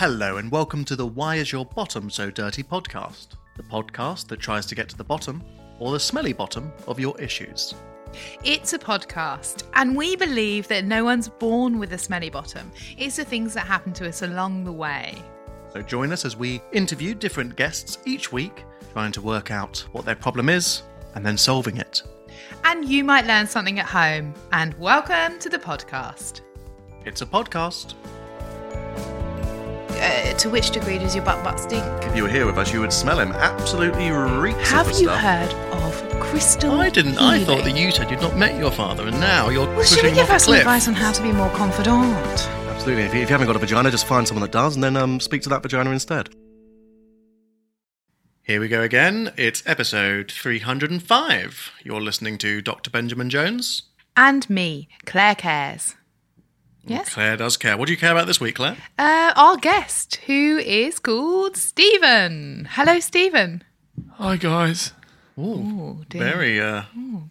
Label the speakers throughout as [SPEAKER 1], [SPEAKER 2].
[SPEAKER 1] Hello, and welcome to the Why Is Your Bottom So Dirty podcast, the podcast that tries to get to the bottom, or the smelly bottom, of your issues.
[SPEAKER 2] It's a podcast, and we believe that no one's born with a smelly bottom. It's the things that happen to us along the way.
[SPEAKER 1] So join us as we interview different guests each week, trying to work out what their problem is and then solving it.
[SPEAKER 2] And you might learn something at home. And welcome to the podcast.
[SPEAKER 1] It's a podcast.
[SPEAKER 2] Uh, to which degree does your butt butt stink?
[SPEAKER 1] If you were here with us, you would smell him. Absolutely reeks
[SPEAKER 2] Have
[SPEAKER 1] of the
[SPEAKER 2] you
[SPEAKER 1] stuff.
[SPEAKER 2] heard of crystal?
[SPEAKER 1] I didn't. I thought that
[SPEAKER 2] healing?
[SPEAKER 1] you said you'd not met your father, and now you're
[SPEAKER 2] Well, should
[SPEAKER 1] pushing
[SPEAKER 2] we
[SPEAKER 1] him
[SPEAKER 2] give
[SPEAKER 1] off a
[SPEAKER 2] her some
[SPEAKER 1] cliff.
[SPEAKER 2] advice on how to be more confidant?
[SPEAKER 1] Absolutely. If you, if you haven't got a vagina, just find someone that does and then um, speak to that vagina instead. Here we go again. It's episode 305. You're listening to Dr. Benjamin Jones.
[SPEAKER 2] And me, Claire Cares. Yes.
[SPEAKER 1] Claire does care. What do you care about this week, Claire?
[SPEAKER 2] Uh, our guest, who is called Stephen. Hello, Stephen.
[SPEAKER 3] Hi guys.
[SPEAKER 1] Ooh,
[SPEAKER 2] dear.
[SPEAKER 1] very uh,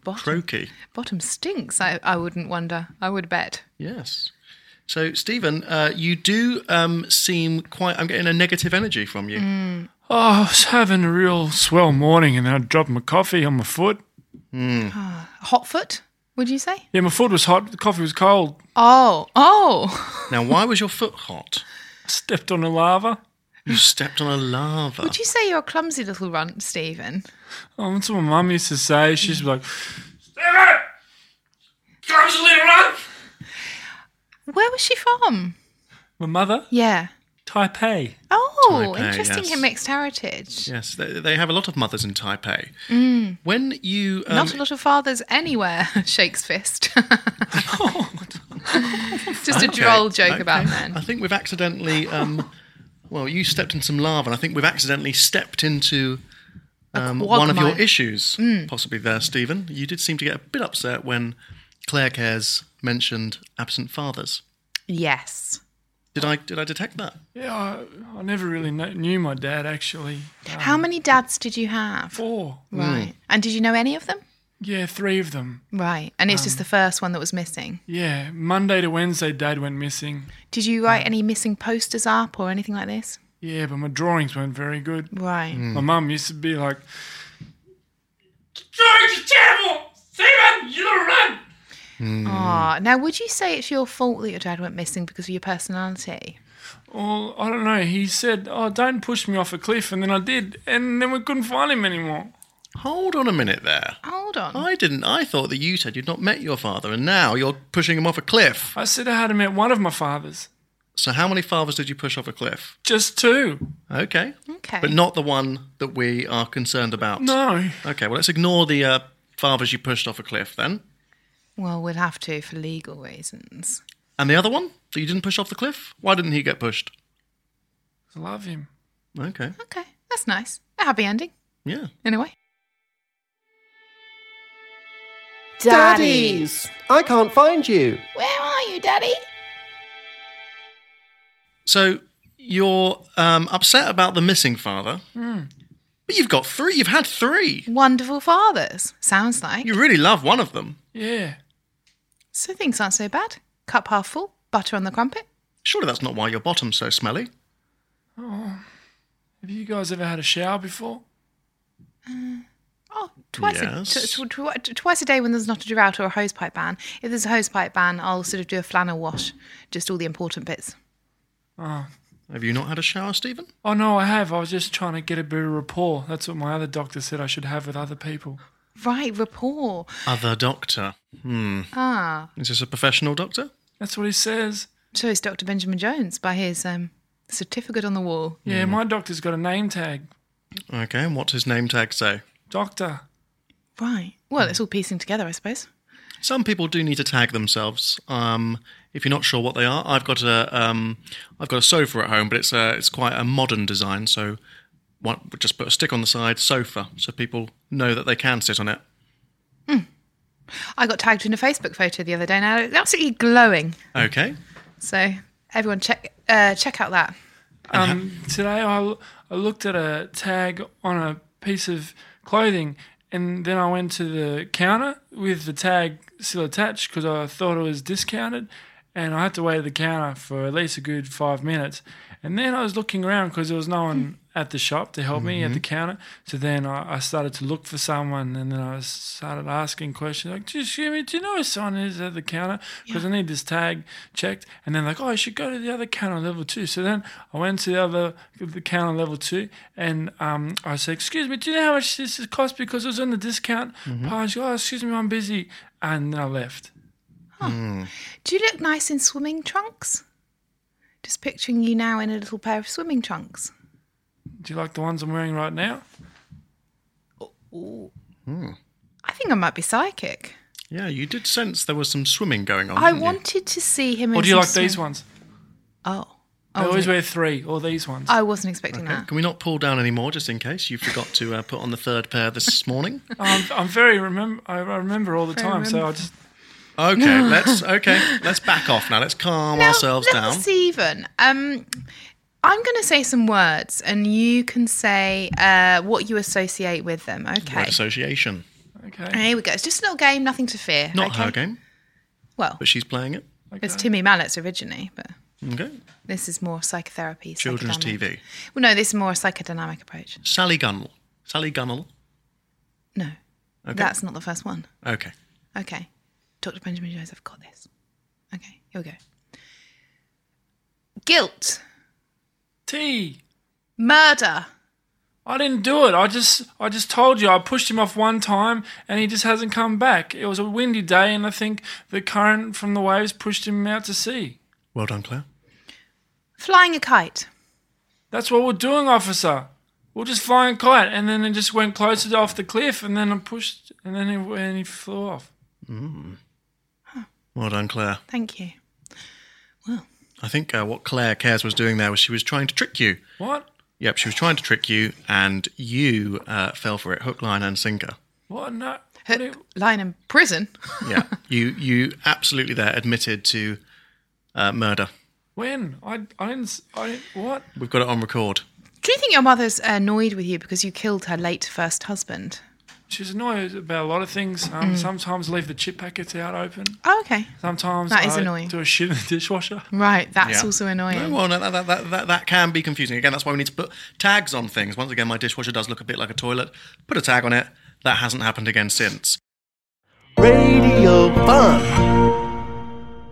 [SPEAKER 2] Bottom,
[SPEAKER 1] croaky.
[SPEAKER 2] bottom stinks. I, I wouldn't wonder. I would bet.
[SPEAKER 1] Yes. So, Stephen, uh, you do um, seem quite. I'm getting a negative energy from you.
[SPEAKER 2] Mm.
[SPEAKER 3] Oh, I was having a real swell morning and then I dropped my coffee on my foot.
[SPEAKER 2] Hot foot? Would you say?
[SPEAKER 3] Yeah, my foot was hot, the coffee was cold.
[SPEAKER 2] Oh, oh.
[SPEAKER 1] Now, why was your foot hot?
[SPEAKER 3] I stepped on the lava.
[SPEAKER 1] You stepped on a lava.
[SPEAKER 2] Would you say you're a clumsy little runt, Stephen?
[SPEAKER 3] Oh, that's what my mum used to say. She's like, Stephen! Comes a little run!
[SPEAKER 2] Where was she from?
[SPEAKER 3] My mother,
[SPEAKER 2] Yeah.
[SPEAKER 3] Taipei.
[SPEAKER 2] Oh,
[SPEAKER 1] Taipei,
[SPEAKER 2] interesting.
[SPEAKER 1] yes.
[SPEAKER 2] Her mixed heritage.
[SPEAKER 1] Yes, they, they have a lot of mothers in Taipei. When you um,
[SPEAKER 2] Mm. Not a lot of fathers anywhere. Shakes fist. Just
[SPEAKER 1] okay,
[SPEAKER 2] a droll joke
[SPEAKER 1] okay.
[SPEAKER 2] about men.
[SPEAKER 1] I think we've accidentally. Um, well, you stepped in some lava, and I think we've accidentally stepped into um, one of your
[SPEAKER 2] quagmire. Mm.
[SPEAKER 1] issues, possibly there, Stephen. You did seem to get a bit upset when Claire Cares mentioned absent fathers.
[SPEAKER 2] Yes.
[SPEAKER 1] Did I did I detect that?
[SPEAKER 3] Yeah, I, I never really kno- knew my dad actually.
[SPEAKER 2] How many dads did you have?
[SPEAKER 3] Four.
[SPEAKER 1] Hmm.
[SPEAKER 2] Right. And did you know any of them?
[SPEAKER 3] Yeah, three of them.
[SPEAKER 2] Right. And it's
[SPEAKER 1] Um.
[SPEAKER 2] just the first one that was missing.
[SPEAKER 3] Yeah, Monday to Wednesday, dad went missing.
[SPEAKER 2] Did you write any missing posters up or anything like this?
[SPEAKER 3] Yeah, but my drawings weren't very good.
[SPEAKER 2] Right.
[SPEAKER 1] Hmm.
[SPEAKER 3] My mum used to be like,
[SPEAKER 2] Ah, now would you say it's your fault that your dad went missing because of your personality?
[SPEAKER 3] Well, I don't know. He said, "Oh, don't push me off a cliff," and then I did, and then we couldn't find him anymore.
[SPEAKER 1] Hold on a minute there.
[SPEAKER 2] Hold on.
[SPEAKER 1] I didn't. I thought that you said you'd not met your father, and now you're pushing him off a cliff.
[SPEAKER 3] I said I had met one of my fathers,
[SPEAKER 1] So, how many fathers did you push off a cliff?
[SPEAKER 3] just two.
[SPEAKER 1] Okay.
[SPEAKER 2] okay.
[SPEAKER 1] But not the one that we are concerned about.
[SPEAKER 3] No,
[SPEAKER 1] Okay, well, let's ignore the uh, fathers you pushed off a cliff then.
[SPEAKER 2] well, we'd have to for legal reasons.
[SPEAKER 1] And the other one that you didn't push off the cliff? Why didn't he get pushed?
[SPEAKER 3] I love him.
[SPEAKER 1] Okay,
[SPEAKER 2] Okay, that's nice. A happy ending,
[SPEAKER 1] yeah.
[SPEAKER 2] anyway.
[SPEAKER 4] Daddies! I can't find you.
[SPEAKER 2] Where are you, Daddy?
[SPEAKER 1] So you're um, upset about the missing father,
[SPEAKER 2] Hmm.
[SPEAKER 1] but you've got three. You've had three.
[SPEAKER 2] Wonderful fathers, sounds like.
[SPEAKER 1] You really love one of them.
[SPEAKER 3] Yeah,
[SPEAKER 2] So things aren't so bad. Cup half full, butter on the crumpet.
[SPEAKER 1] Surely that's not why your bottom's so smelly.
[SPEAKER 3] have you guys ever had a shower before?
[SPEAKER 2] Oh, twice, a,
[SPEAKER 1] Yes.
[SPEAKER 2] t- tw- tw- tw- twice a day when there's not a drought or a hose pipe ban. If there's a hose pipe ban, I'll sort of do a flannel wash, just all the important bits.
[SPEAKER 1] Have you not had a shower, Stephen?
[SPEAKER 3] Oh no, I have. I was just trying to get a bit of rapport. That's what my other doctor said I should have with other people.
[SPEAKER 2] Right, rapport.
[SPEAKER 1] Other doctor. Hmm.
[SPEAKER 2] Ah,
[SPEAKER 1] Is this a professional doctor?
[SPEAKER 3] That's what he says.
[SPEAKER 2] so it's Dr. Benjamin Jones by his um, certificate on the wall.
[SPEAKER 3] Yeah, my doctor's got a name tag,
[SPEAKER 1] Okay, and what's his name tag say?
[SPEAKER 3] doctor.
[SPEAKER 2] Right. Well, it's all piecing together, I suppose.
[SPEAKER 1] Some people do need to tag themselves. Um, if you're not sure what they are, I've got a um, I've got a sofa at home, but it's a, it's quite a modern design. So, one, just put a stick on the side, sofa, so people know that they can sit on it.
[SPEAKER 2] I got tagged in a Facebook photo the other day, and I looked absolutely glowing.
[SPEAKER 1] Okay.
[SPEAKER 2] So everyone, check uh, check out that.
[SPEAKER 3] Um, today I, l- I looked at a tag on a piece of clothing and then I went to the counter with the tag still attached because I thought it was discounted and I had to wait at the counter for at least a good five minutes. And then I was looking around because there was no one at the shop to help me at the counter. So then I, I started to look for someone and then I started asking questions like, "Do you- excuse me, do you know where someone is at the counter? Because I need this tag checked. And then like, oh, I should go to the other counter level two. So then I went to the other the counter level two and um, I said, excuse me, do you know how much this has cost? Because it was on the discount. Page. oh, excuse me, I'm busy. And then I left.
[SPEAKER 2] Do you look nice in swimming trunks? Just picturing you now in a little pair of swimming trunks.
[SPEAKER 3] Do you like the ones I'm wearing right now?
[SPEAKER 2] I think I might be psychic.
[SPEAKER 1] Yeah, you did sense there was some swimming going on.
[SPEAKER 2] I
[SPEAKER 1] didn't you?
[SPEAKER 2] wanted to see him.
[SPEAKER 3] Or
[SPEAKER 2] in
[SPEAKER 3] do you
[SPEAKER 2] some
[SPEAKER 3] like these
[SPEAKER 2] swim-
[SPEAKER 3] ones?
[SPEAKER 2] Oh,
[SPEAKER 3] I always wear three or these ones.
[SPEAKER 2] I wasn't expecting
[SPEAKER 1] Okay,
[SPEAKER 2] that.
[SPEAKER 1] Can we not pull down any more, just in case you forgot to uh, put on the third pair this morning?
[SPEAKER 3] I'm, I'm very remember. I I remember all the
[SPEAKER 2] Very
[SPEAKER 3] time. So I
[SPEAKER 2] remember.
[SPEAKER 3] just
[SPEAKER 1] Okay, let's okay, let's back off now. Let's calm ourselves
[SPEAKER 2] now,
[SPEAKER 1] down.
[SPEAKER 2] let's even. Um, I'm going to say some words, and you can say uh, what you associate with them. Okay.
[SPEAKER 1] Word association,
[SPEAKER 3] okay.
[SPEAKER 2] Here we go. It's just a little game, nothing to fear.
[SPEAKER 1] not
[SPEAKER 2] okay?
[SPEAKER 1] her game,
[SPEAKER 2] Well,
[SPEAKER 1] but she's playing it.
[SPEAKER 2] it was Timmy Mallett's originally, but
[SPEAKER 1] Okay,
[SPEAKER 2] this is more psychotherapy.
[SPEAKER 1] children's
[SPEAKER 2] psychodynamic.
[SPEAKER 1] TV.
[SPEAKER 2] Well, no, this is more a psychodynamic approach.
[SPEAKER 1] Sally Gunnell. Sally Gunnell.
[SPEAKER 2] No,
[SPEAKER 1] Okay.
[SPEAKER 2] that's not the first one.
[SPEAKER 1] okay.
[SPEAKER 2] Okay. Dr. Benjamin Jones, I've got this. Okay, here we go. Guilt,
[SPEAKER 3] T.
[SPEAKER 2] murder.
[SPEAKER 3] I didn't do it. I just I just told you I pushed him off one time and he just hasn't come back. It was a windy day and I think the current from the waves pushed him out to sea.
[SPEAKER 1] Well done, Claire.
[SPEAKER 2] Flying a kite.
[SPEAKER 3] That's what we're doing, officer. We're just flying a kite and then it just went closer to off the cliff and then I pushed and then he, and he flew off.
[SPEAKER 1] Well done, Claire.
[SPEAKER 2] Thank you.
[SPEAKER 1] I think uh, what Claire Cares was doing there was she was trying to trick you.
[SPEAKER 3] What?
[SPEAKER 1] Yep, she was trying to trick you, and you uh, fell for it, hook, line, and sinker.
[SPEAKER 3] What? No. What do
[SPEAKER 2] Hook,
[SPEAKER 3] you-
[SPEAKER 2] line, and prison.
[SPEAKER 1] Yeah, you you absolutely there admitted to uh, murder.
[SPEAKER 3] when? I I didn't. s- I didn't. What?
[SPEAKER 1] We've got it on record.
[SPEAKER 2] Do you think your mother's annoyed with you because you killed her late first husband?
[SPEAKER 3] She's annoyed about a lot of things. Um,
[SPEAKER 2] Mm.
[SPEAKER 3] Sometimes leave the chip packets out open.
[SPEAKER 2] Oh, okay.
[SPEAKER 3] Sometimes
[SPEAKER 2] That is
[SPEAKER 3] I
[SPEAKER 2] annoying.
[SPEAKER 3] do a shit in the dishwasher.
[SPEAKER 2] Right, that's
[SPEAKER 1] Yeah.
[SPEAKER 2] also annoying.
[SPEAKER 1] No, well, no, that, that, that, that, that can be confusing. Again, that's why we need to put tags on things. Once again, my dishwasher does look a bit like a toilet. Put a tag on it. That hasn't happened again since.
[SPEAKER 4] Radio Fun.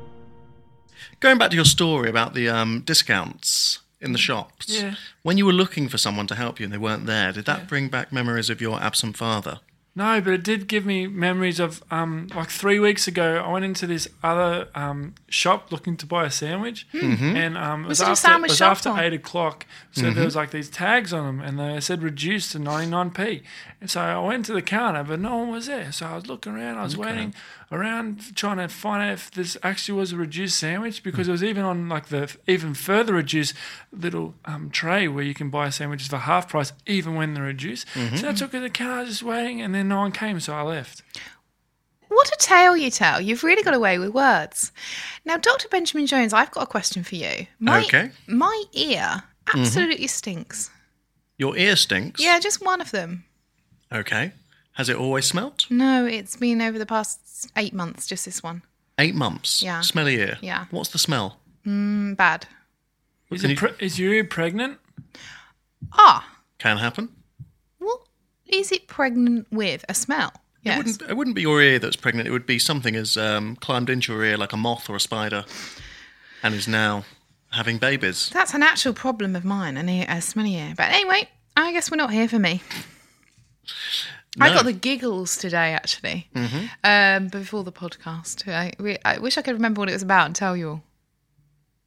[SPEAKER 1] Going back to your story about the um, discounts in the shops,
[SPEAKER 3] Yeah.
[SPEAKER 1] when you were looking for someone to help you and they weren't there, did that bring back memories of your absent father?
[SPEAKER 3] No, but it did give me memories of um, like three weeks ago. I went into this other um, shop looking to buy a sandwich, and um, it was,
[SPEAKER 2] Hmm. Was it a
[SPEAKER 3] after,
[SPEAKER 2] sandwich
[SPEAKER 3] it was
[SPEAKER 2] shop
[SPEAKER 3] after
[SPEAKER 2] or-
[SPEAKER 3] eight o'clock. So
[SPEAKER 1] Mm-hmm.
[SPEAKER 3] there was like these tags on them, and they said reduced to ninety nine p. And so I went to the counter, but no one was there. So I was looking around, I was waiting around trying to find out if this actually was a reduced sandwich
[SPEAKER 1] Mm.
[SPEAKER 3] because it was even on like the f- even further reduced little um, tray where you can buy sandwiches for half price even when they're reduced.
[SPEAKER 1] Mm-hmm.
[SPEAKER 3] So I took it to the counter, I was just waiting, and then no one came, so I left.
[SPEAKER 2] What a tale you tell. You've really got away with words. Now, Dr. Benjamin Jones, I've got a question for you. My,
[SPEAKER 1] Okay. Mm-hmm.
[SPEAKER 2] My ear absolutely stinks.
[SPEAKER 1] Your ear stinks.
[SPEAKER 2] Yeah, just one of them.
[SPEAKER 1] Okay. Has it always smelt?
[SPEAKER 2] No, it's been over the past eight months, just this one.
[SPEAKER 1] Eight months.
[SPEAKER 2] Yeah.
[SPEAKER 1] Smelly ear.
[SPEAKER 2] Yeah.
[SPEAKER 1] What's the smell?
[SPEAKER 2] Mm, bad.
[SPEAKER 3] Is,
[SPEAKER 1] Can
[SPEAKER 3] it
[SPEAKER 1] you-
[SPEAKER 3] pre- is your ear pregnant?
[SPEAKER 2] Ah,
[SPEAKER 1] Can happen.
[SPEAKER 2] what is it pregnant with? A smell?
[SPEAKER 1] It
[SPEAKER 2] Yes.
[SPEAKER 1] wouldn't, it wouldn't be your ear that's pregnant. It would be something has um, climbed into your ear like a moth or a spider and is now having babies.
[SPEAKER 2] That's an actual problem of mine, an ear, a smelly ear. But anyway, I guess we're not here for me. I
[SPEAKER 1] No. Mm-hmm.
[SPEAKER 2] got the giggles today, actually, um, before the podcast. I, re- I wish I could remember what it was about and tell you all.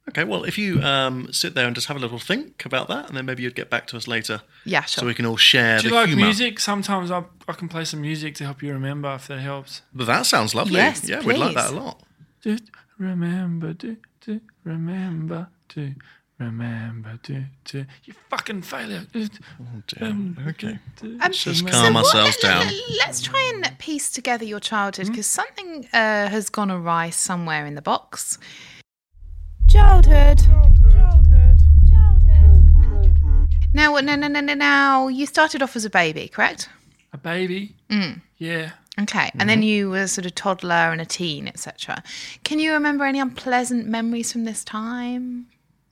[SPEAKER 1] Okay, well, if you um, sit there and just have a little think about that, and then maybe you'd get back to us later.
[SPEAKER 2] Yeah,
[SPEAKER 1] So
[SPEAKER 2] sure.
[SPEAKER 1] we can all share
[SPEAKER 3] Do you
[SPEAKER 1] the
[SPEAKER 3] like
[SPEAKER 1] humour.
[SPEAKER 3] music? Sometimes I, I can play some music to help you remember if that helps.
[SPEAKER 1] But that sounds lovely.
[SPEAKER 2] Yes,
[SPEAKER 1] yeah, we'd like
[SPEAKER 2] please.
[SPEAKER 1] that a lot.
[SPEAKER 3] Do remember, do do remember, do remember, do do. You fucking failure. Do,
[SPEAKER 1] Oh, Damn. Okay.
[SPEAKER 3] do.
[SPEAKER 2] Um,
[SPEAKER 1] just calm ourselves down. Mm-hmm.
[SPEAKER 2] Let's try and piece together your childhood because something uh, has gone awry somewhere in the box.
[SPEAKER 5] Childhood.
[SPEAKER 2] Now, no, no, no, no, now. You started off as a baby, correct?
[SPEAKER 3] A baby. Yeah.
[SPEAKER 2] Okay, and
[SPEAKER 1] Mm-hmm.
[SPEAKER 2] then you were sort of toddler and a teen, etc. Can you remember any unpleasant memories from this time?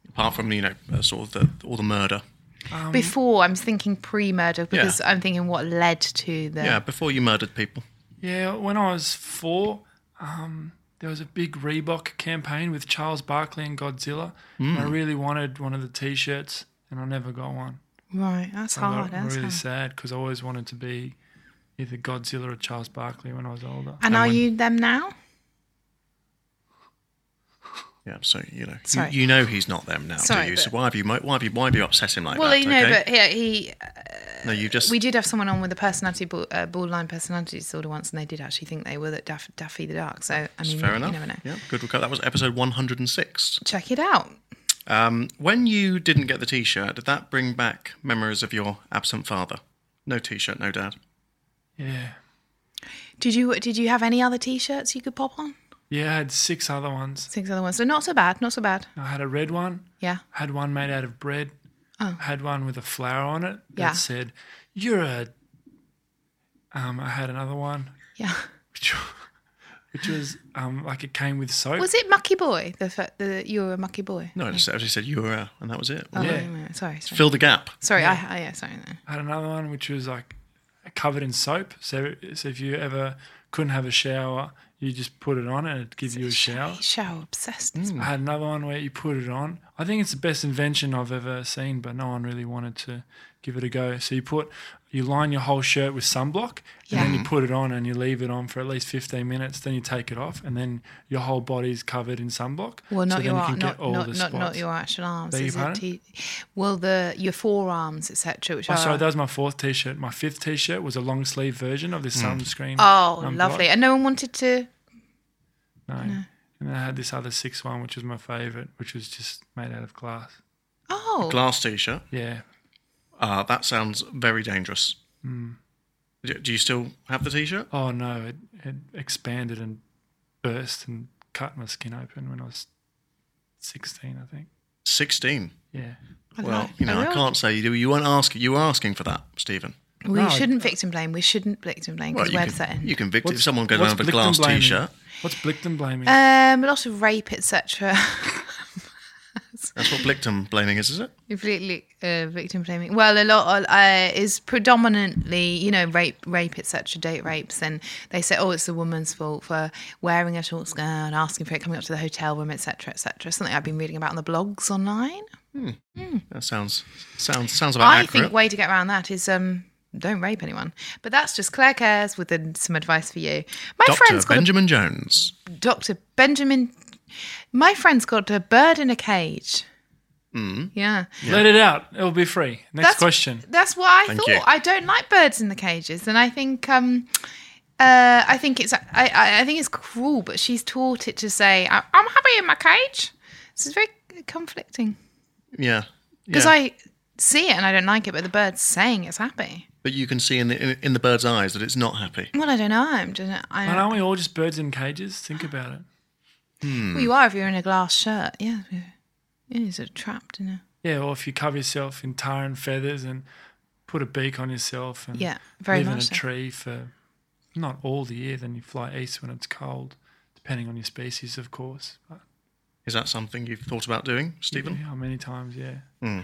[SPEAKER 1] Apart from you know, uh, sort of the, all the murder. Um,
[SPEAKER 2] Before I'm thinking pre-murder because I'm thinking what led to the.
[SPEAKER 1] Yeah, before you murdered people.
[SPEAKER 3] Yeah, when I was four, um, there was a big Reebok campaign with Charles Barkley and Godzilla. And I
[SPEAKER 1] Mm.
[SPEAKER 3] really wanted one of the T-shirts, and I never got one.
[SPEAKER 2] Right, that's
[SPEAKER 3] I got
[SPEAKER 2] hard. Oh, That's
[SPEAKER 3] really
[SPEAKER 2] hard.
[SPEAKER 3] sad because I always wanted to be either Godzilla or Charles Barkley when I was older.
[SPEAKER 2] And are you them now?
[SPEAKER 1] Yeah, so you know, you,
[SPEAKER 2] Sorry.
[SPEAKER 1] you know he's not them now,
[SPEAKER 2] Sorry,
[SPEAKER 1] do you? So
[SPEAKER 2] but-
[SPEAKER 1] why have you mo- why have you why have you upset him like
[SPEAKER 2] Well,
[SPEAKER 1] that?
[SPEAKER 2] you know,
[SPEAKER 1] okay?
[SPEAKER 2] but yeah, he.
[SPEAKER 1] no, you just
[SPEAKER 2] We did have someone on with a personality bo- uh, borderline personality disorder once, and they did actually think they were that Daff- Daffy the Duck. So I mean,
[SPEAKER 1] fair
[SPEAKER 2] you
[SPEAKER 1] enough.
[SPEAKER 2] never know.
[SPEAKER 1] Yeah, good recovery. That was episode one hundred and six.
[SPEAKER 2] Check it out.
[SPEAKER 1] Um, when you didn't get the T-shirt, did that bring back memories of your absent father? No T-shirt, no dad.
[SPEAKER 3] yeah,
[SPEAKER 2] Did you did you have any other T-shirts you could pop on?
[SPEAKER 3] yeah. I had six other ones.
[SPEAKER 2] Six other ones. So not so bad. Not so bad.
[SPEAKER 3] I had a red one.
[SPEAKER 2] Yeah.
[SPEAKER 3] I had one made out of bread. I had one with a flower on it that
[SPEAKER 2] Oh. Yeah.
[SPEAKER 3] said, "You're a." Um, I had another one
[SPEAKER 2] Yeah.
[SPEAKER 3] which, which was um like it came with soap.
[SPEAKER 2] Was it Mucky Boy? The, fa- the you were a Mucky Boy.
[SPEAKER 1] No, I just, I just said you were, uh, and that was it.
[SPEAKER 2] Oh,
[SPEAKER 3] Yeah.
[SPEAKER 2] wait, wait, wait. Sorry. Sorry.
[SPEAKER 1] Fill the gap.
[SPEAKER 2] sorry. I, I yeah. Sorry. No.
[SPEAKER 3] I had another one which was like covered in soap. So, so if you ever couldn't have a shower, you just put it on and it'd give you a shower.
[SPEAKER 2] He's shower obsessed.
[SPEAKER 3] I had another one where you put it on. I think it's the best invention I've ever seen, but no one really wanted to give it a go. So you put, you line your whole shirt with sunblock, and then
[SPEAKER 2] Yeah.
[SPEAKER 3] you put it on and you leave it on for at least 15 minutes. Then you take it off, and then your whole body's covered in sunblock.
[SPEAKER 2] Well,
[SPEAKER 3] so
[SPEAKER 2] not
[SPEAKER 3] then
[SPEAKER 2] your
[SPEAKER 3] you
[SPEAKER 2] ar-
[SPEAKER 3] can
[SPEAKER 2] not,
[SPEAKER 3] get all
[SPEAKER 2] not,
[SPEAKER 3] the
[SPEAKER 2] not, not
[SPEAKER 3] spots.
[SPEAKER 2] your actual arms.
[SPEAKER 3] Beg your
[SPEAKER 2] is it?
[SPEAKER 3] pardon?
[SPEAKER 2] T- well, the your forearms, etc. Which
[SPEAKER 3] Oh,
[SPEAKER 2] are
[SPEAKER 3] sorry, that was my fourth T-shirt. My fifth T-shirt was a long sleeve version of this sunscreen.
[SPEAKER 2] oh,
[SPEAKER 3] um,
[SPEAKER 2] lovely. And no one wanted to.
[SPEAKER 3] block. No. And then I had this other sixth one, which was my favorite, which was just made out of glass.
[SPEAKER 2] Oh,
[SPEAKER 1] Glass T-shirt.
[SPEAKER 3] Yeah,
[SPEAKER 1] Uh, that sounds very dangerous.
[SPEAKER 3] Hmm.
[SPEAKER 1] Do, do you still have the T-shirt?
[SPEAKER 3] Oh no, it, it expanded and burst and cut my skin open when I was 16, I think.
[SPEAKER 1] Sixteen.
[SPEAKER 3] Yeah.
[SPEAKER 1] Well, you know, I can't say you you weren't asking. You were asking for that, Stephen.
[SPEAKER 2] We
[SPEAKER 3] No, I-
[SPEAKER 2] shouldn't victim blame. We shouldn't victim blame
[SPEAKER 1] Well,
[SPEAKER 2] because
[SPEAKER 1] you
[SPEAKER 2] where does that
[SPEAKER 1] can,
[SPEAKER 2] end?
[SPEAKER 1] you can victim.
[SPEAKER 3] What's-
[SPEAKER 1] If someone goes
[SPEAKER 3] what's
[SPEAKER 1] around with a
[SPEAKER 3] Blichten
[SPEAKER 1] glass
[SPEAKER 3] blaming?
[SPEAKER 1] T-shirt,
[SPEAKER 3] What's Blichten blaming?
[SPEAKER 2] Um, a lot of rape, etc.
[SPEAKER 1] that's what Blichten blaming is, is it?
[SPEAKER 2] Completely uh, victim blaming. Well, a lot of, uh, is predominantly, you know, rape, rape, etc. Date rapes, and they say, oh, it's the woman's fault for wearing a short skirt, asking for it, coming up to the hotel room, etc., etc. Something I've been reading about on the blogs online.
[SPEAKER 1] That sounds sounds sounds about
[SPEAKER 2] I
[SPEAKER 1] accurate.
[SPEAKER 2] think way to get around that is um, don't rape anyone. But that's just Claire Cares with uh, some advice for you. My
[SPEAKER 1] Doctor
[SPEAKER 2] friend's got a
[SPEAKER 1] Benjamin Jones.
[SPEAKER 2] Dr. Benjamin. My friend's got a bird in a cage.
[SPEAKER 1] Hmm.
[SPEAKER 2] Mm. Yeah.
[SPEAKER 3] Let it out. It'll be free. Next
[SPEAKER 2] That's-
[SPEAKER 3] question.
[SPEAKER 2] That's what I
[SPEAKER 1] Thank
[SPEAKER 2] thought.
[SPEAKER 1] you.
[SPEAKER 2] I don't like birds in the cages, and I think um, uh, I think it's I, I, I think it's cruel. But she's taught it to say, "I- "I'm happy in my cage." So it's very conflicting
[SPEAKER 1] Yeah.
[SPEAKER 2] because
[SPEAKER 1] yeah.
[SPEAKER 2] I see it and I don't like it, but the bird's saying it's happy.
[SPEAKER 1] But you can see in the in, in the bird's eyes that it's not happy.
[SPEAKER 2] Well, I don't know. I'm just, I
[SPEAKER 3] And aren't we all just birds in cages? Think about it.
[SPEAKER 2] Well, you are if you're in a glass shirt. Yeah, yeah, you're sort of trapped in a
[SPEAKER 3] Yeah, or if you cover yourself in tar and feathers and put a beak on yourself and
[SPEAKER 2] Yeah, very
[SPEAKER 3] live in a
[SPEAKER 2] much so.
[SPEAKER 3] tree for not all the year, then you fly east when it's cold, depending on your species, of course. But
[SPEAKER 1] Is that something you've thought about doing, Stephen? Hmm.
[SPEAKER 3] yeah, how many times, yeah.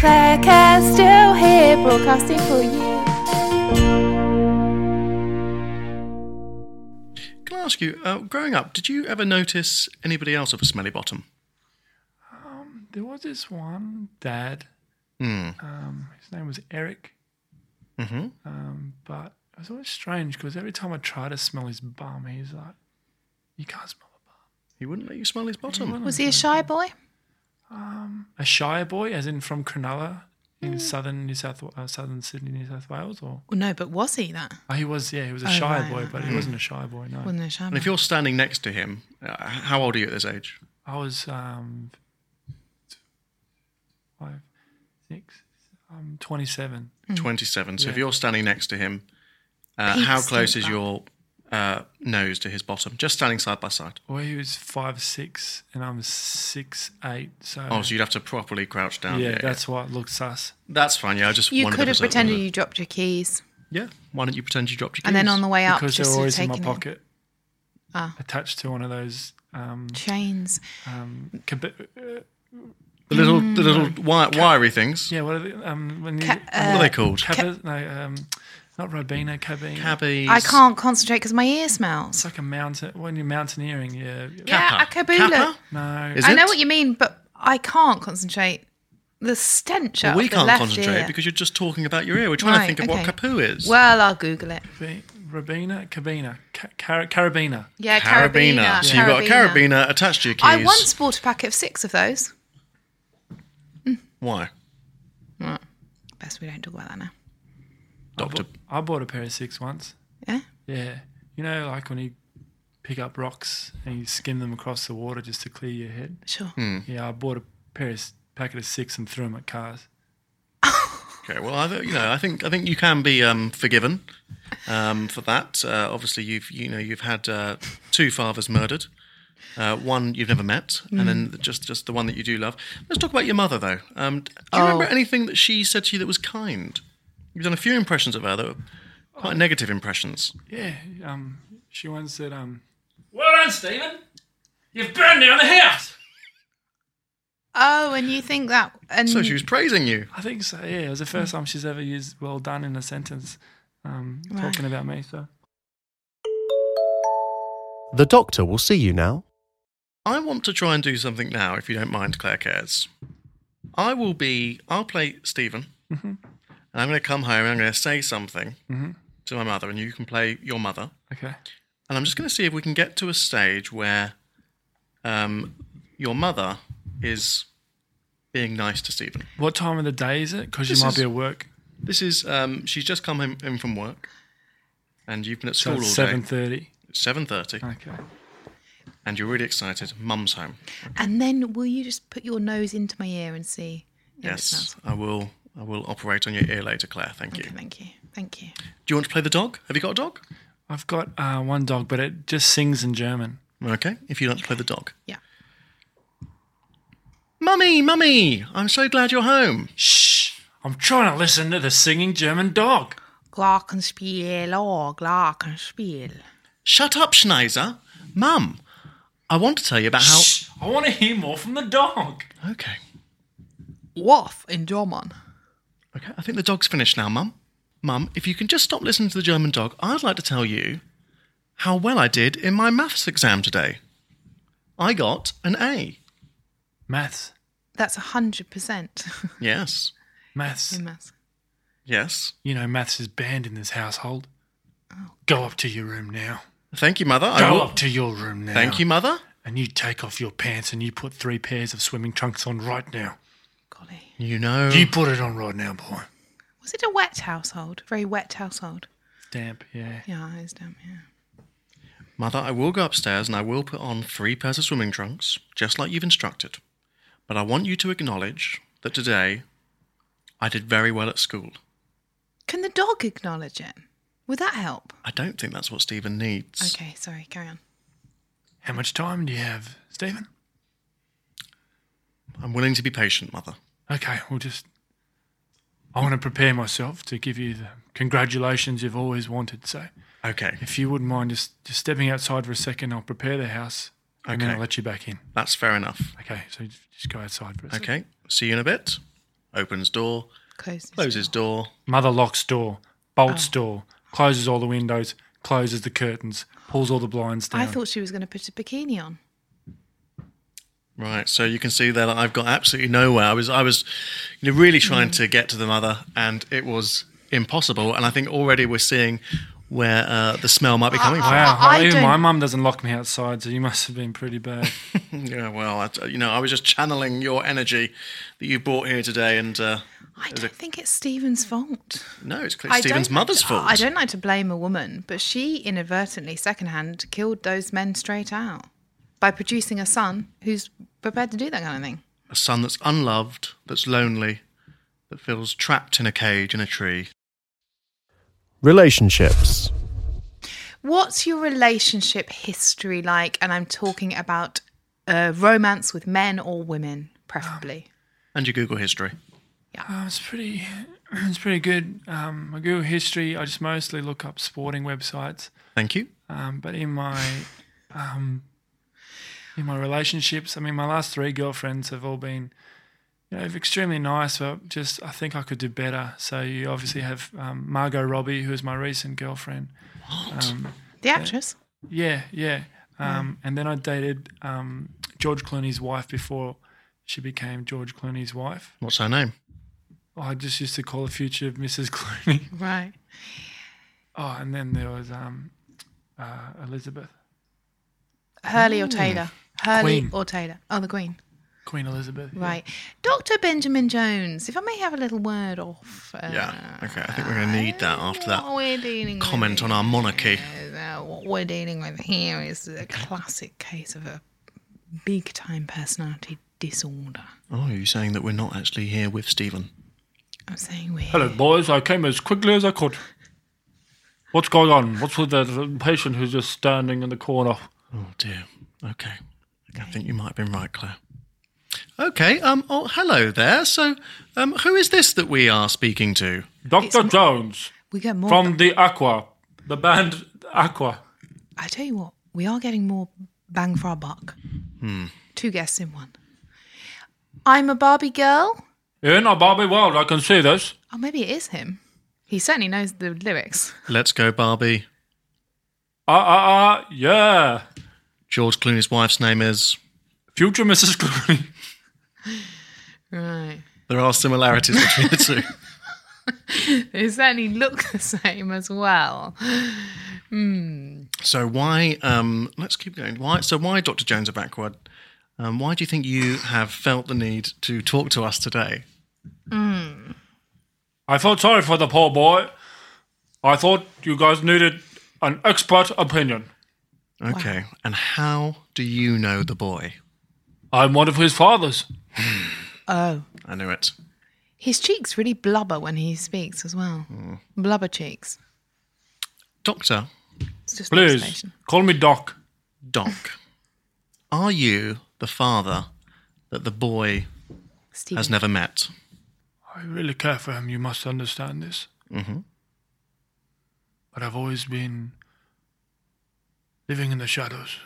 [SPEAKER 5] Claire Castile here, broadcasting for you.
[SPEAKER 1] Can I ask you, uh, growing up, did you ever notice anybody else of a smelly bottom?
[SPEAKER 3] There was this one dad.
[SPEAKER 2] Hmm.
[SPEAKER 3] Um, his name was Eric.
[SPEAKER 2] Mm-hmm.
[SPEAKER 3] Um, but it was always strange because every time I try to smell his bum, he's like, "You can't smell a bum."
[SPEAKER 1] He wouldn't let you smell his bottom.
[SPEAKER 2] Was he a shy boy?
[SPEAKER 3] A Shire boy, as in from Cronulla in
[SPEAKER 2] Hmm.
[SPEAKER 3] southern New South uh, southern Sydney, New South Wales, or
[SPEAKER 2] Well, no, but was he that?
[SPEAKER 3] oh, he was. Yeah, he was a
[SPEAKER 2] Oh,
[SPEAKER 3] Shire
[SPEAKER 2] right,
[SPEAKER 3] boy,
[SPEAKER 2] right,
[SPEAKER 3] but
[SPEAKER 2] right.
[SPEAKER 3] he wasn't a Shire boy. No,
[SPEAKER 2] Wasn't he a shy
[SPEAKER 1] And
[SPEAKER 2] boy?
[SPEAKER 1] if you're standing next to him, uh, h- how old are you at this age?
[SPEAKER 3] I was um, t- five, six, um, twenty-seven.
[SPEAKER 2] Hmm.
[SPEAKER 1] 27. So if
[SPEAKER 3] Yeah.
[SPEAKER 1] you're standing next to him, uh,
[SPEAKER 2] Peep
[SPEAKER 1] how close
[SPEAKER 2] stink
[SPEAKER 1] is
[SPEAKER 2] up.
[SPEAKER 1] your uh, nose to his bottom? Just standing side by side.
[SPEAKER 3] Well, he was five six, and I'm six eight. So,
[SPEAKER 1] Oh, so you'd have to properly crouch down.
[SPEAKER 3] yeah, that's why it looks sus.
[SPEAKER 1] that's fine. Yeah, I just
[SPEAKER 2] You
[SPEAKER 1] wondered
[SPEAKER 2] could
[SPEAKER 1] if
[SPEAKER 2] have
[SPEAKER 1] it was a-
[SPEAKER 2] pretended you dropped your keys,
[SPEAKER 1] Yeah, why don't you pretend you dropped your keys?
[SPEAKER 2] and then on the way up,
[SPEAKER 3] because
[SPEAKER 2] just
[SPEAKER 3] they're
[SPEAKER 2] to
[SPEAKER 3] always
[SPEAKER 2] take
[SPEAKER 3] in my
[SPEAKER 2] it
[SPEAKER 3] pocket,
[SPEAKER 2] Ah.
[SPEAKER 3] attached to one of those um,
[SPEAKER 2] chains.
[SPEAKER 3] um, cab- uh,
[SPEAKER 1] the little the little
[SPEAKER 2] Mm.
[SPEAKER 1] wi- wiry things.
[SPEAKER 3] yeah, what are they? Um, when you,
[SPEAKER 2] Ca- uh,
[SPEAKER 3] um,
[SPEAKER 1] What are they called?
[SPEAKER 3] cab- no, um, not Robina, cabine.
[SPEAKER 1] Cabbies.
[SPEAKER 2] I can't concentrate because my ear
[SPEAKER 3] it's
[SPEAKER 2] smells.
[SPEAKER 3] like a mountain when you're mountaineering. Yeah,
[SPEAKER 2] Yeah, a
[SPEAKER 1] Kappa.
[SPEAKER 2] Kabula.
[SPEAKER 1] Kappa?
[SPEAKER 3] no,
[SPEAKER 1] Is
[SPEAKER 2] I know
[SPEAKER 1] it?
[SPEAKER 2] what you mean, but I can't concentrate. The stench out
[SPEAKER 1] Well, we
[SPEAKER 2] of the
[SPEAKER 1] can't
[SPEAKER 2] left
[SPEAKER 1] concentrate
[SPEAKER 2] ear.
[SPEAKER 1] because you're just talking about your ear. We're trying to
[SPEAKER 2] Right,
[SPEAKER 1] think of
[SPEAKER 2] okay.
[SPEAKER 1] what kapoo is.
[SPEAKER 2] Well, I'll Google it.
[SPEAKER 3] Be- Robina, cabina, ca- car- carabina.
[SPEAKER 2] Yeah,
[SPEAKER 1] carabiner.
[SPEAKER 2] carabiner.
[SPEAKER 1] So you've got a carabiner attached to your keys.
[SPEAKER 2] I once bought a packet of six of those.
[SPEAKER 1] Why?
[SPEAKER 2] Best we don't talk about that now.
[SPEAKER 1] Doctor.
[SPEAKER 3] I bought a pair of six once.
[SPEAKER 2] Yeah.
[SPEAKER 3] Yeah, you know, like when you pick up rocks and you skim them across the water just to clear your head.
[SPEAKER 2] Sure.
[SPEAKER 1] Hmm.
[SPEAKER 3] Yeah, I bought a pair of s- packet of six and threw them at cars.
[SPEAKER 1] Okay. Well, I, th- you know, I think I think you can be um, forgiven um, for that. Uh, obviously, you've you know you've had uh, two fathers murdered. Uh, one you've never met, and then just just the one that you do love. Let's talk about your mother, though. Um, do you remember anything that she said to you that was kind? You've done a few impressions of her that were quite negative impressions.
[SPEAKER 3] Yeah, um, she once said, um, "Well done, Stephen. You've burned down the house."
[SPEAKER 2] Oh, and you think that? And
[SPEAKER 1] So she was praising you.
[SPEAKER 3] I think so. Yeah, it was the first time she's ever used "well done" in a sentence, um,
[SPEAKER 2] Right.
[SPEAKER 3] talking about me. So
[SPEAKER 4] The doctor will see you now.
[SPEAKER 1] I want to try and do something now, if you don't mind, Claire Cares. I will be, I'll play Stephen, and I'm going to come home and I'm going to say something to my mother, and you can play your mother.
[SPEAKER 3] okay,
[SPEAKER 1] And I'm just going to see if we can get to a stage where um, your mother is being nice to Stephen.
[SPEAKER 3] what time of the day is it? Because you
[SPEAKER 1] This
[SPEAKER 3] might
[SPEAKER 1] is-
[SPEAKER 3] be at work.
[SPEAKER 1] This is, um, she's just come home, in from work, and you've been at
[SPEAKER 3] So
[SPEAKER 1] school
[SPEAKER 3] it's
[SPEAKER 1] all
[SPEAKER 3] seven
[SPEAKER 1] day.
[SPEAKER 3] thirty.
[SPEAKER 1] It's 7.30,
[SPEAKER 3] Okay.
[SPEAKER 1] and you're really excited. Mum's home.
[SPEAKER 2] and then will you just put your nose into my ear and see? if it
[SPEAKER 1] Yes,
[SPEAKER 2] smells?
[SPEAKER 1] I will. I will operate on your ear later, Claire. Thank you.
[SPEAKER 2] Okay, thank you. Thank you.
[SPEAKER 1] Do you want to play the dog? Have you got a dog?
[SPEAKER 3] I've got uh, one dog, but it just sings in German.
[SPEAKER 1] Okay, if you like to play the dog.
[SPEAKER 2] Yeah.
[SPEAKER 1] Mummy, mummy, I'm so glad you're home.
[SPEAKER 3] Shh! I'm trying to listen to the singing German dog.
[SPEAKER 2] Glockenspiel, oh, Glockenspiel.
[SPEAKER 1] Shut up, Schneiser. Mum, I want to tell you about how.
[SPEAKER 3] Shh! I want to hear more from the dog.
[SPEAKER 1] Okay,
[SPEAKER 2] Woof in German.
[SPEAKER 1] okay, I think the dog's finished now, Mum. Mum, if you can just stop listening to the German dog, I'd like to tell you how well I did in my maths exam today. I got an A.
[SPEAKER 3] Maths,
[SPEAKER 2] That's 100%
[SPEAKER 1] Yes,
[SPEAKER 3] maths.
[SPEAKER 2] in maths.
[SPEAKER 1] yes.
[SPEAKER 3] You know, maths is banned in this household. Go up to your room now.
[SPEAKER 1] Thank you, Mother. Oh. I
[SPEAKER 3] Go
[SPEAKER 1] will.
[SPEAKER 3] up to your room now.
[SPEAKER 1] Thank you, Mother.
[SPEAKER 3] And you take off your pants and you put three pairs of swimming trunks on right now.
[SPEAKER 2] Golly.
[SPEAKER 1] You know.
[SPEAKER 3] You put it on right now, boy.
[SPEAKER 2] Was it a wet household? Very wet household.
[SPEAKER 3] Damp, yeah.
[SPEAKER 2] Yeah, it's damn, yeah.
[SPEAKER 1] Mother, I will go upstairs and I will put on three pairs of swimming trunks, just like you've instructed. But I want you to acknowledge that today I did very well at school.
[SPEAKER 2] Can the dog acknowledge it? Would that help?
[SPEAKER 1] I don't think that's what Stephen needs.
[SPEAKER 2] Okay, sorry, carry on.
[SPEAKER 3] How much time do you have, Stephen?
[SPEAKER 1] I'm willing to be patient, mother.
[SPEAKER 3] Okay, we'll just. I want to prepare myself to give you the congratulations you've always wanted. So,
[SPEAKER 1] Okay,
[SPEAKER 3] if you wouldn't mind just, just stepping outside for a second, I'll prepare the house and then
[SPEAKER 1] Okay.
[SPEAKER 3] I'll let you back in.
[SPEAKER 1] that's fair enough.
[SPEAKER 3] Okay, so j- just go outside for a second.
[SPEAKER 1] Okay, see you in a bit. Opens door,
[SPEAKER 2] Close.
[SPEAKER 1] closes door.
[SPEAKER 3] Mother locks door, bolts door, closes all the windows, closes the curtains, pulls all the blinds down.
[SPEAKER 2] I thought she was going to put a bikini on.
[SPEAKER 1] Right, so you can see there that I've got absolutely nowhere. I was, I was, you know, really trying to get to the mother, and it was impossible. And I think already we're seeing where uh, the smell might be coming from.
[SPEAKER 3] wow,
[SPEAKER 2] I- I
[SPEAKER 3] even
[SPEAKER 2] don't-
[SPEAKER 3] my mum doesn't lock me outside, so you must have been pretty bad.
[SPEAKER 1] Yeah, well, I, you know, I was just channeling your energy that you brought here today, and uh,
[SPEAKER 2] I don't think it's Stephen's fault.
[SPEAKER 1] no, it's
[SPEAKER 2] I
[SPEAKER 1] clearly Stephen's
[SPEAKER 2] don't
[SPEAKER 1] mother's
[SPEAKER 2] like to-
[SPEAKER 1] fault.
[SPEAKER 2] I don't like to blame a woman, but she inadvertently, secondhand, killed those men straight out by producing a son who's prepared to do that kind of thing.
[SPEAKER 1] A son that's unloved, that's lonely, that feels trapped in a cage in a tree.
[SPEAKER 4] Relationships.
[SPEAKER 2] What's your relationship history like? And I'm talking about uh, romance with men or women, preferably.
[SPEAKER 1] And your Google history.
[SPEAKER 3] Uh, it's pretty, it's pretty good. Um, my Google history, I just mostly look up sporting websites.
[SPEAKER 1] Thank you.
[SPEAKER 3] Um, but in my, um, in my relationships, I mean, my last three girlfriends have all been, you know, extremely nice. But just, I think I could do better. So you obviously have um, Margot Robbie, who is my recent girlfriend.
[SPEAKER 2] The actress.
[SPEAKER 3] Yeah, yeah. Um, And then I dated um, George Clooney's wife before she became George Clooney's wife.
[SPEAKER 1] What's her name?
[SPEAKER 3] Oh, I just used to call her future Mrs. Clooney.
[SPEAKER 2] Right.
[SPEAKER 3] Oh, and then there was um, uh, Elizabeth,
[SPEAKER 2] Hurley
[SPEAKER 1] Hmm.
[SPEAKER 2] or Taylor? Hurley
[SPEAKER 3] Queen.
[SPEAKER 2] or Taylor? Oh, the Queen.
[SPEAKER 3] Queen Elizabeth. yeah.
[SPEAKER 2] Right. Dr. Benjamin Jones, if I may have a little word off. Uh,
[SPEAKER 1] Yeah. Okay, I think we're going to need that after
[SPEAKER 2] What
[SPEAKER 1] that
[SPEAKER 2] we're dealing
[SPEAKER 1] comment
[SPEAKER 2] with
[SPEAKER 1] on our monarchy.
[SPEAKER 2] is, uh, what we're dealing with here is a classic case of a big time personality disorder.
[SPEAKER 1] Oh, are you saying that we're not actually here with Stephen?
[SPEAKER 2] I'm saying we're.
[SPEAKER 3] Hello, boys. I came as quickly as I could. What's going on? What's with that uh, patient who's just standing in the corner?
[SPEAKER 1] Oh dear. Okay. I think you might have been right, Claire. Okay. Um. Oh, hello there. So, um, who is this that we are speaking to?
[SPEAKER 3] Dr. Jones
[SPEAKER 2] We get more.
[SPEAKER 3] from the Aqua, the band Aqua.
[SPEAKER 2] I tell you what, we are getting more bang for our buck.
[SPEAKER 1] Hmm.
[SPEAKER 2] Two guests in one. I'm a Barbie girl.
[SPEAKER 3] In a Barbie world, I can see this.
[SPEAKER 2] Oh, maybe it is him. He certainly knows the lyrics.
[SPEAKER 1] Let's go, Barbie.
[SPEAKER 3] Ah, ah, ah, yeah.
[SPEAKER 1] George Clooney's wife's name is.
[SPEAKER 3] Future Mrs. Clooney.
[SPEAKER 2] Right.
[SPEAKER 1] There are similarities between the two.
[SPEAKER 2] They certainly look the same as well.
[SPEAKER 1] So why? Um, let's keep going. Why? So why, Doctor Jones of Aqua? Um, why do you think you have felt the need to talk to us today?
[SPEAKER 3] I felt sorry for the poor boy. I thought you guys needed an expert opinion.
[SPEAKER 1] Okay. And how do you know the boy?
[SPEAKER 3] I'm one of his fathers.
[SPEAKER 2] Oh.
[SPEAKER 1] I knew it.
[SPEAKER 2] His cheeks really blubber when he speaks as well.
[SPEAKER 1] Hmm.
[SPEAKER 2] Blubber cheeks.
[SPEAKER 1] Doctor,
[SPEAKER 2] It's just
[SPEAKER 3] Please
[SPEAKER 2] observation.
[SPEAKER 3] call me Doc.
[SPEAKER 1] Doc, are you the father that the boy
[SPEAKER 2] Stephen.
[SPEAKER 1] has never met?
[SPEAKER 3] I really care for him. You must understand this.
[SPEAKER 1] Mm-hmm.
[SPEAKER 3] But I've always been living in the shadows,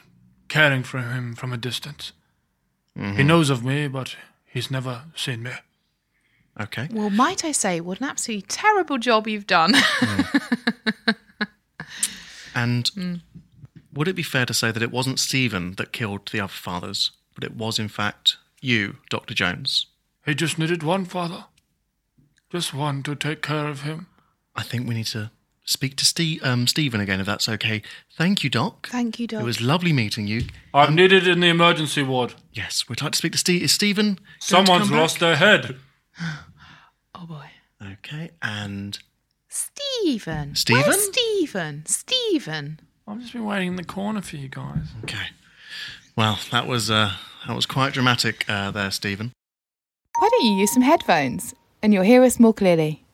[SPEAKER 3] caring for him from a distance.
[SPEAKER 1] Mm-hmm.
[SPEAKER 3] He knows of me, but he's never seen me.
[SPEAKER 1] Okay.
[SPEAKER 2] well, might I say, what an absolutely terrible job you've done.
[SPEAKER 1] And
[SPEAKER 2] Mm.
[SPEAKER 1] would it be fair to say that it wasn't Stephen that killed the other fathers, but it was in fact you, Doctor Jones?
[SPEAKER 3] He just needed one father, just one to take care of him.
[SPEAKER 1] I think we need to speak to Steve, um, Stephen again, if that's okay. Thank you, Doc.
[SPEAKER 2] Thank you, Doc.
[SPEAKER 1] It was lovely meeting you.
[SPEAKER 3] I'm needed in the emergency ward.
[SPEAKER 1] Yes, we'd like to speak to Steve. Is Stephen? going to
[SPEAKER 3] Someone's
[SPEAKER 1] come back?
[SPEAKER 3] lost their head.
[SPEAKER 2] oh, boy.
[SPEAKER 1] Okay, and
[SPEAKER 2] Stephen.
[SPEAKER 1] Stephen?
[SPEAKER 2] Where's Stephen? Stephen.
[SPEAKER 3] I've just been waiting in the corner for you guys.
[SPEAKER 1] okay. Well, that was uh, that was quite dramatic uh, there, Stephen.
[SPEAKER 2] Why don't you use some headphones and you'll hear us more clearly?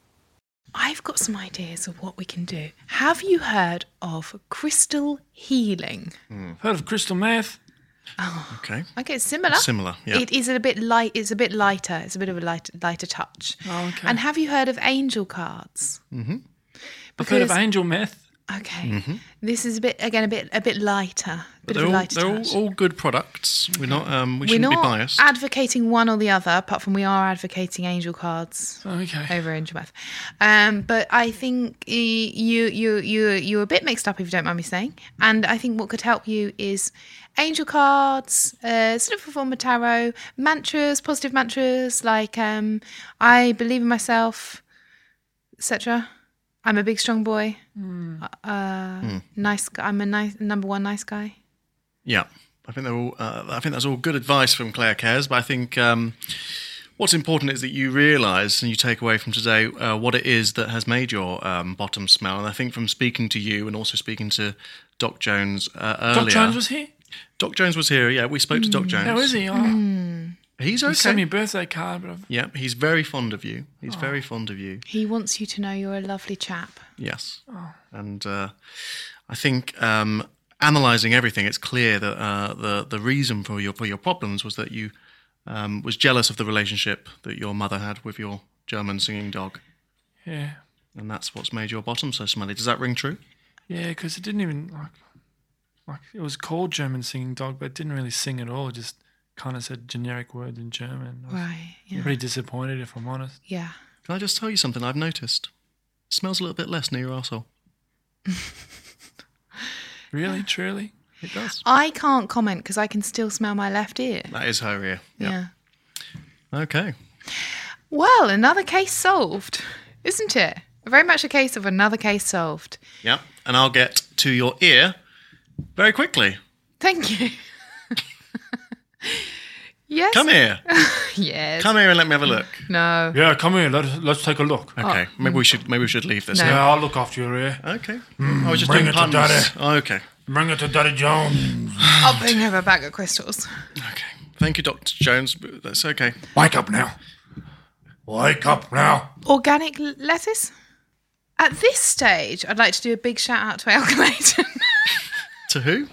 [SPEAKER 2] I've got some ideas of what we can do. Have you heard of crystal healing?
[SPEAKER 1] Mm-hmm.
[SPEAKER 3] Heard of crystal meth?
[SPEAKER 1] Okay.
[SPEAKER 2] Okay, it's similar.
[SPEAKER 1] Similar, yeah.
[SPEAKER 2] It is a bit light. It's a bit lighter. It's a bit of a light, lighter touch.
[SPEAKER 3] Oh, okay.
[SPEAKER 2] And have you heard of angel cards?
[SPEAKER 1] Mm-hmm.
[SPEAKER 3] I've heard of
[SPEAKER 2] Because-
[SPEAKER 3] angel meth.
[SPEAKER 2] Okay, this is a bit again a bit a bit lighter. Bit
[SPEAKER 1] They're,
[SPEAKER 2] of a
[SPEAKER 1] all,
[SPEAKER 2] lighter
[SPEAKER 1] they're
[SPEAKER 2] touch.
[SPEAKER 1] all, all good products. We're not. Um, we
[SPEAKER 2] We're
[SPEAKER 1] shouldn't
[SPEAKER 2] not
[SPEAKER 1] be biased.
[SPEAKER 2] advocating one or the other, apart from we are advocating angel cards.
[SPEAKER 3] Okay.
[SPEAKER 2] over angel meth. Um, but I think y- you you you you're a bit mixed up if you don't mind me saying. And I think what could help you is angel cards, uh, sort of a form of tarot, mantras, positive mantras like um, I believe in myself, etc. I'm a big strong boy. Uh, Nice. gu- I'm a nice number one nice guy.
[SPEAKER 1] Yeah, I think they're all. Uh, I think that's all good advice from Claire Cares. But I think um, what's important is that you realise and you take away from today uh, what it is that has made your um, bottom smell. And I think from speaking to you and also speaking to Doc Jones uh, earlier.
[SPEAKER 3] Doc Jones was here.
[SPEAKER 1] Doc Jones was here. Yeah, we spoke to Doc Jones.
[SPEAKER 3] How is he? Oh,
[SPEAKER 2] Hmm.
[SPEAKER 1] He's
[SPEAKER 3] He
[SPEAKER 1] okay.
[SPEAKER 3] sent me a birthday card, but I've,
[SPEAKER 1] yeah, he's very fond of you. He's very fond of you.
[SPEAKER 2] He wants you to know you're a lovely chap.
[SPEAKER 1] Yes.
[SPEAKER 2] Oh.
[SPEAKER 1] And uh, I think um, analysing everything, it's clear that uh, the the reason for your for your problems was that you um, was jealous of the relationship that your mother had with your German singing dog,
[SPEAKER 3] yeah,
[SPEAKER 1] and that's what's made your bottom so smelly. Does that ring true?
[SPEAKER 3] yeah, because it didn't even like like it was called German singing dog, but it didn't really sing at all. It just kind of said generic words in German. I was
[SPEAKER 2] Right. Yeah.
[SPEAKER 3] Pretty disappointed, if I'm honest.
[SPEAKER 2] Yeah.
[SPEAKER 1] Can I just tell you something I've noticed? It smells a little bit less near your arsehole.
[SPEAKER 3] Really, truly.
[SPEAKER 1] It does.
[SPEAKER 2] I can't comment because I can still smell my left ear.
[SPEAKER 1] That is her ear. Yeah.
[SPEAKER 2] yeah.
[SPEAKER 1] Okay.
[SPEAKER 2] Well, another case solved, isn't it? Very much a case of another case solved.
[SPEAKER 1] Yeah. And I'll get to your ear very quickly.
[SPEAKER 2] Thank you. yes.
[SPEAKER 1] Come here.
[SPEAKER 2] Yes.
[SPEAKER 1] Come here and let me have a look.
[SPEAKER 2] No.
[SPEAKER 3] Yeah, come here. Let's let's take a look.
[SPEAKER 2] Oh,
[SPEAKER 1] Okay. Maybe we should maybe we should leave this.
[SPEAKER 2] No.
[SPEAKER 1] now.
[SPEAKER 3] I'll look after your ear.
[SPEAKER 1] Okay. I was just
[SPEAKER 3] Mm, bring
[SPEAKER 1] doing
[SPEAKER 3] it to
[SPEAKER 1] puns. Oh,
[SPEAKER 3] daddy.
[SPEAKER 1] Okay.
[SPEAKER 3] Bring it to Daddy Jones.
[SPEAKER 2] I'll bring over a bag of crystals.
[SPEAKER 1] Okay. Thank you, Doctor Jones. That's okay.
[SPEAKER 3] Wake up now. Wake up now.
[SPEAKER 2] Organic l- lettuce? At this stage, I'd like to do a big shout out to Al Clayton.
[SPEAKER 1] To who?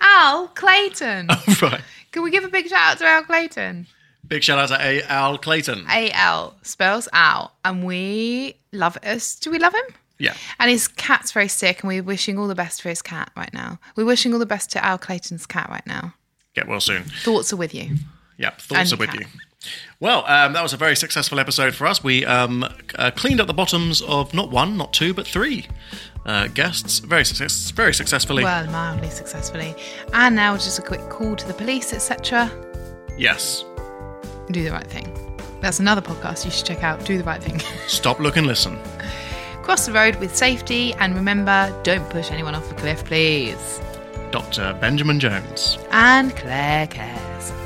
[SPEAKER 2] Al Clayton.
[SPEAKER 1] right.
[SPEAKER 2] Can we give a big shout out to Al Clayton?
[SPEAKER 1] Big shout out to A. Al Clayton.
[SPEAKER 2] A L spells Al, and we love us. Do we love him?
[SPEAKER 1] yeah.
[SPEAKER 2] And his cat's very sick, and we're wishing all the best for his cat right now. We're wishing all the best to Al Clayton's cat right now.
[SPEAKER 1] Get well soon.
[SPEAKER 2] Thoughts are with you.
[SPEAKER 1] Yep. Thoughts are
[SPEAKER 2] And
[SPEAKER 1] with
[SPEAKER 2] cat.
[SPEAKER 1] you. Well, um, that was a very successful episode for us. We um, uh, cleaned up the bottoms of not one, not two, but three uh, guests very success- very successfully.
[SPEAKER 2] Well, mildly successfully. And now just a quick call to the police, etc.
[SPEAKER 1] yes.
[SPEAKER 2] Do the right thing. That's another podcast you should check out. Do the right thing.
[SPEAKER 1] Stop, look, and listen.
[SPEAKER 2] Cross the road with safety, and remember, don't push anyone off a cliff, please.
[SPEAKER 1] Dr. Benjamin Jones.
[SPEAKER 2] And Claire cares.